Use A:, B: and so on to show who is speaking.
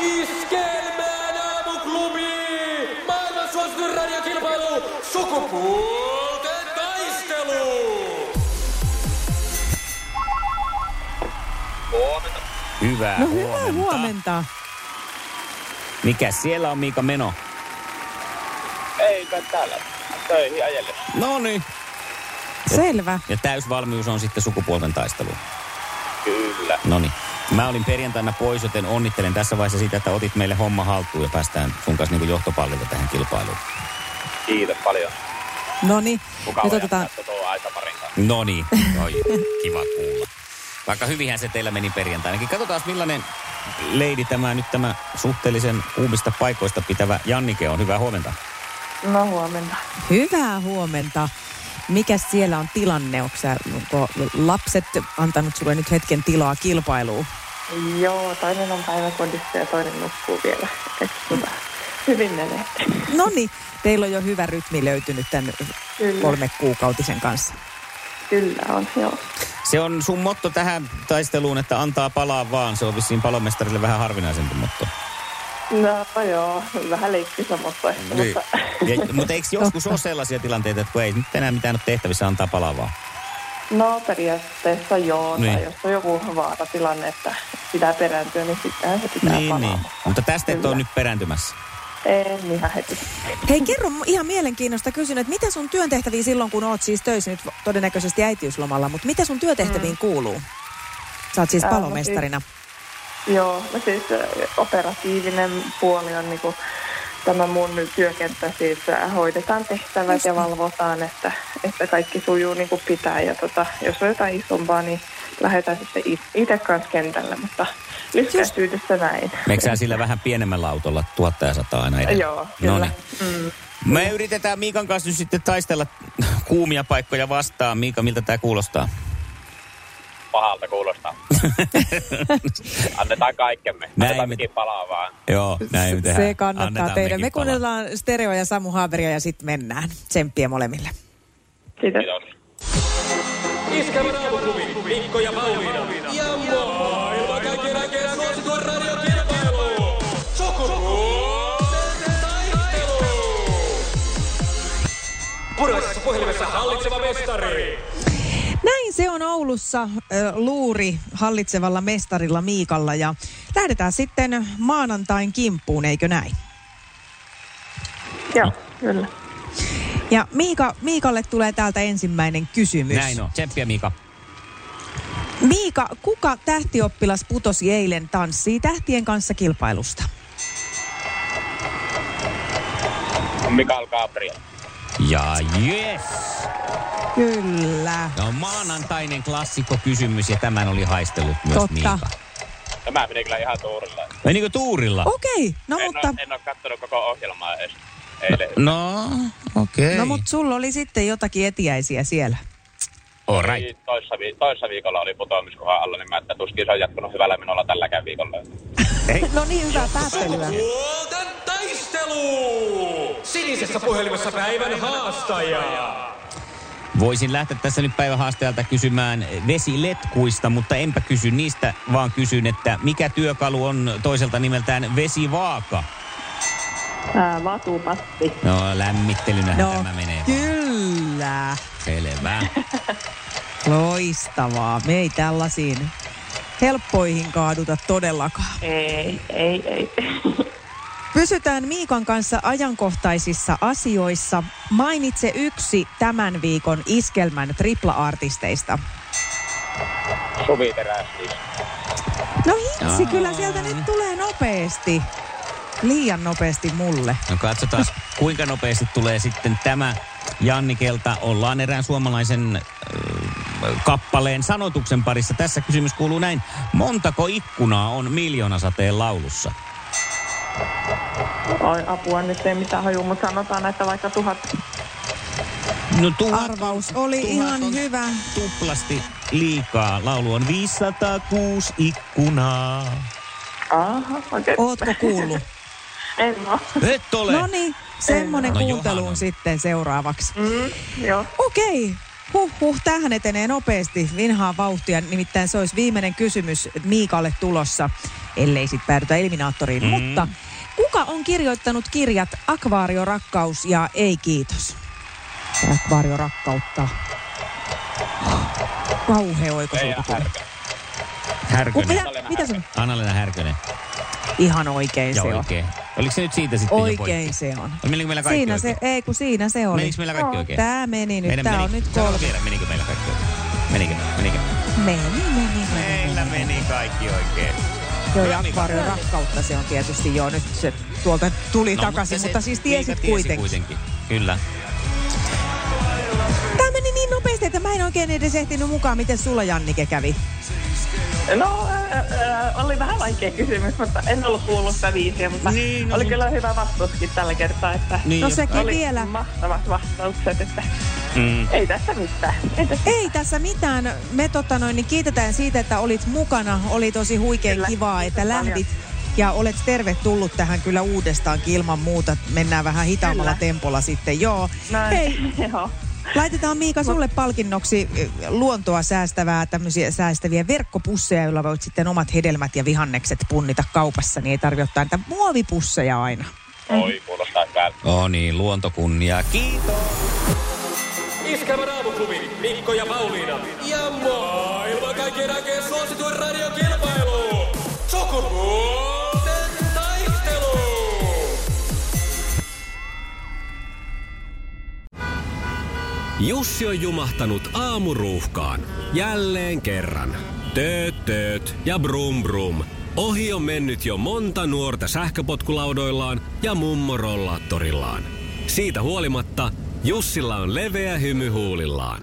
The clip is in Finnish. A: Iskelmään aamuklubi! Maailman suosituin radiokilpailu! Sukupuolten taistelu!
B: Hyvää
C: No
B: huomenta.
C: hyvää huomenta.
B: Mikä siellä on Miika meno?
D: Eikä täällä. Töihin ajelle.
B: No niin.
C: Selvä.
B: Ja täysvalmius on sitten sukupuolten taistelu.
D: Kyllä.
B: No niin. Mä olin perjantaina pois, joten onnittelen tässä vaiheessa siitä, että otit meille homma haltuun ja päästään sun kanssa niin johtopallilta tähän kilpailuun.
D: Kiitos paljon.
C: No niin,
D: Mukava
C: nyt otetaan.
D: jättää tuo aita parin kanssa.
B: No niin. Oi, kiva kuulla. Vaikka hyvihän se teillä meni perjantainakin. Katsotaan millainen leidi tämä nyt tämä suhteellisen uumista paikoista pitävä Jannike on. Hyvää huomenta.
E: No huomenna.
C: Hyvää huomenta. Mikä siellä on tilanne? Onko sä, onko lapset antanut sulle nyt hetken tilaa kilpailuun?
E: Joo, toinen on päiväkodissa ja toinen nukkuu vielä. Et tota, hyvin menee.
C: No niin, teillä on jo hyvä rytmi löytynyt tämän
E: Kyllä.
C: kolme kuukautisen kanssa.
E: Kyllä on, joo.
B: Se on sun motto tähän taisteluun, että antaa palaa vaan. Se on vissiin palomestarille vähän harvinaisempi motto.
E: No joo, vähän leikkisamassa ehkä, niin. mutta
B: Ja, mutta eikö joskus ole sellaisia tilanteita, että kun ei nyt enää mitään ole tehtävissä, antaa palaa vaan?
E: no periaatteessa joo. Niin.
B: Niin.
E: Tai jos on joku vaaratilanne, että pitää perääntyä, niin sittenhän se pitää
B: niin,
E: palata.
B: niin. Mutta tästä et
E: Kyllä.
B: ole nyt perääntymässä.
E: En ihan heti.
C: Hei, kerro mu- ihan mielenkiinnosta kysyn, että mitä sun työntehtäviä silloin, kun oot siis töissä nyt todennäköisesti äitiyslomalla, mutta mitä sun työtehtäviin kuuluu? Sä oot siis
E: Mm. Ää, no
C: palomestarina.
E: Joo, no siis ö, operatiivinen puoli on niinku tämä mun työkenttä siis ö, hoidetaan tehtävät
C: niin.
E: ja valvotaan, että, että kaikki sujuu niin kuin pitää. Ja tota, jos on jotain isompaa, niin lähdetään sitten itse kanssa kentälle, mutta lyhkäisyydessä näin.
B: Meikö sä sillä vähän pienemmällä autolla 1100 aina edellä? No niin.
E: Joo, kyllä.
B: Noniin.
E: Mm.
B: Me yritetään Miikan kanssa nyt sitten taistella kuumia paikkoja vastaan. Miika, miltä tämä kuulostaa?
D: Pahalta kuulostaa. Annetaan kaikkemme.
B: Näin
D: Annetaan
B: me-
D: mekin palaa vaan.
B: Joo, näin me tehdään.
C: Se kannattaa
B: Annetaan
C: teidän.
B: mekin
C: Me
B: palaa.
C: kuunnellaan Stereo ja Samu Haaberia ja sitten mennään. Tsemppiä molemmille.
E: Kiitos.
D: Kiitos.
A: Iskelmän aamuklubi, Mikko ja Pauliina. Ja maailman kaikkien aikeen suosituen radiokilpailu! Sukupuolten taistelu! Puraisessa puhelimessa hallitseva mestari.
C: Näin se on Oulussa ö, luuri hallitsevalla mestarilla Miikalla ja lähdetään sitten maanantain kimppuun, eikö näin?
E: Joo, kyllä.
C: Ja Miika, Miikalle tulee täältä ensimmäinen kysymys.
B: Näin on. Tsemppiä Miika.
C: Miika, kuka tähtioppilas putosi eilen tanssii tähtien kanssa kilpailusta?
D: Mikael Gabriel.
B: Ja yes!
C: Kyllä.
B: Tämä on maanantainen klassikkokysymys ja tämän oli haistellut myös
C: Totta.
B: Miika.
D: Tämä meni kyllä ihan tuurilla.
B: Ei niin kuin tuurilla.
C: Okei, okay, no
D: en,
C: mutta...
D: oo, en oo kattonut koko ohjelmaa edes. Eilen.
B: No, okei.
C: No mutta sulla oli sitten jotakin etiäisiä siellä.
B: All right.
D: Niin, Toissa, vi- toissa viikolla oli putoamiskohan alla, niin mä että tuskin se on jatkunut hyvällä menolla tälläkään viikolla.
C: No niin, hyvää päättelyä.
A: Sukupuolten taistelu! Sinisessä puhelimessa päivän haastaja.
B: Voisin lähteä tässä nyt päivähaastajalta kysymään vesiletkuista, mutta enpä kysy niistä, vaan kysyn, että mikä työkalu on toiselta nimeltään vesivaaka?
E: Ää, vatupatti.
B: No lämmittelynä no,
C: No,
B: tämä menee. vaan.
C: kyllä.
B: Selvä.
C: Loistavaa. Me ei tällaisiin helppoihin kaaduta todellakaan.
E: Ei, ei, ei.
C: Pysytään Miikan kanssa ajankohtaisissa asioissa. Mainitse yksi tämän viikon iskelmän tripla-artisteista.
D: Suvi teräs siis.
C: No hitsi,
B: Aa.
C: kyllä sieltä nyt tulee nopeasti. Liian nopeasti mulle.
B: No katsotaan, kuinka nopeasti tulee sitten tämä Jannikelta. Ollaan erään suomalaisen äh, kappaleen sanotuksen parissa. Tässä kysymys kuuluu näin. Montako ikkunaa on miljoonasateen laulussa?
E: Ai apua, nyt ei mitään haju, mutta sanotaan, että vaikka tuhat
B: No tuhat,
C: Arvaus oli
B: tuhat
C: ihan
B: on
C: hyvä.
B: Tuplasti liikaa. Laulu on 506 ikkunaa.
E: Aha, okei.
C: Ootko kuullut?
E: En oo.
B: Et ole.
C: No niin, semmoinen
B: No
C: kuunteluun
B: Johanna.
C: sitten seuraavaksi.
E: Mm, joo.
C: Okei. Huh, huh, tähän etenee nopeasti vinhaa vauhtia, nimittäin se olisi viimeinen kysymys Miikalle tulossa, ellei sit päädytä eliminaattoriin. Mm. Mutta kuka on kirjoittanut kirjat Akvaariorakkaus ja Ei kiitos? Akvaariorakkautta. Kauhea oikosulku tuli. Mu-
B: Härkönen.
C: Mitä, mitä sun?
B: Anna-Leena Härkönen.
C: Ihan oikein
B: Ja
C: se on.
B: oikein. Oliko se nyt siitä sitten jo poikki? No,
C: Oikein se on.
B: Menikö meillä kaikki
C: Siinä se,
B: oikein?
C: ei kun siinä se oli.
B: Menikö meillä kaikki
C: Joo.
B: oikein?
C: Tää meni nyt, Niin tää on nyt
B: Kolme.
C: kolme.
B: Tiedä, menikö meillä kaikki oikein? Menikö? Menikö?
C: Meni, meni, meni.
B: Meillä meni kaikki oikein.
C: Joo, ja akvaarion rakkautta se on tietysti jo nyt se tuolta tuli no, takaisin, mutta,
B: se-
C: mutta siis
B: Miika
C: tiesit
B: tiesi
C: kuitenkin. kuitenkin.
B: kuitenkin. Kyllä.
C: Tämä meni niin nopeasti, että mä en oikein edes ehtinyt mukaan, miten sulla Jannike kävi.
E: No, äh, äh, oli vähän vaikea kysymys, mutta en ollut kuullut sitä viisiä, mutta
B: Niin,
E: niin,
B: no
E: no, oli
B: mut-
E: kyllä hyvä vastauskin tällä kertaa, että
B: Niin,
C: No
B: jos-
C: sekin
E: oli
C: vielä.
E: mahtavat vastaukset, että
B: Mm.
E: ei tässä mitään. Ei tässä
C: Ei tässä mitään. Me tota noin, niin kiitetään siitä, että olit mukana. Oli tosi huikein
E: Kyllä.
C: kivaa, että
E: Kiitos
C: lähdit. Ja olet tervetullut tähän kyllä uudestaankin ilman muuta. Mennään vähän hitaammalla
E: Kyllä.
C: tempolla sitten, joo.
E: näin.
C: Hei,
E: Joo.
C: Laitetaan Miika sulle palkinnoksi eh, luontoa säästävää tämmöisiä säästäviä verkkopusseja, joilla voit sitten omat hedelmät ja vihannekset punnita kaupassa, niin ei tarvitse ottaa niitä muovipusseja aina.
D: Oi, kuulostaa hyvältä.
B: Oh niin, luontokunnia. Kiitos.
A: Iskävä raamuklubi, Mikko ja Pauliina. Ja maailman kaikkien aikeen suosituen radiokilpailu. Sukupuolten taistelu.
F: Jussi on jumahtanut aamuruuhkaan. Jälleen kerran. Tööt, tööt ja brum brum. Ohi on mennyt jo monta nuorta sähköpotkulaudoillaan ja mummorollaattorillaan. Siitä huolimatta Jussilla on leveä hymy huulillaan.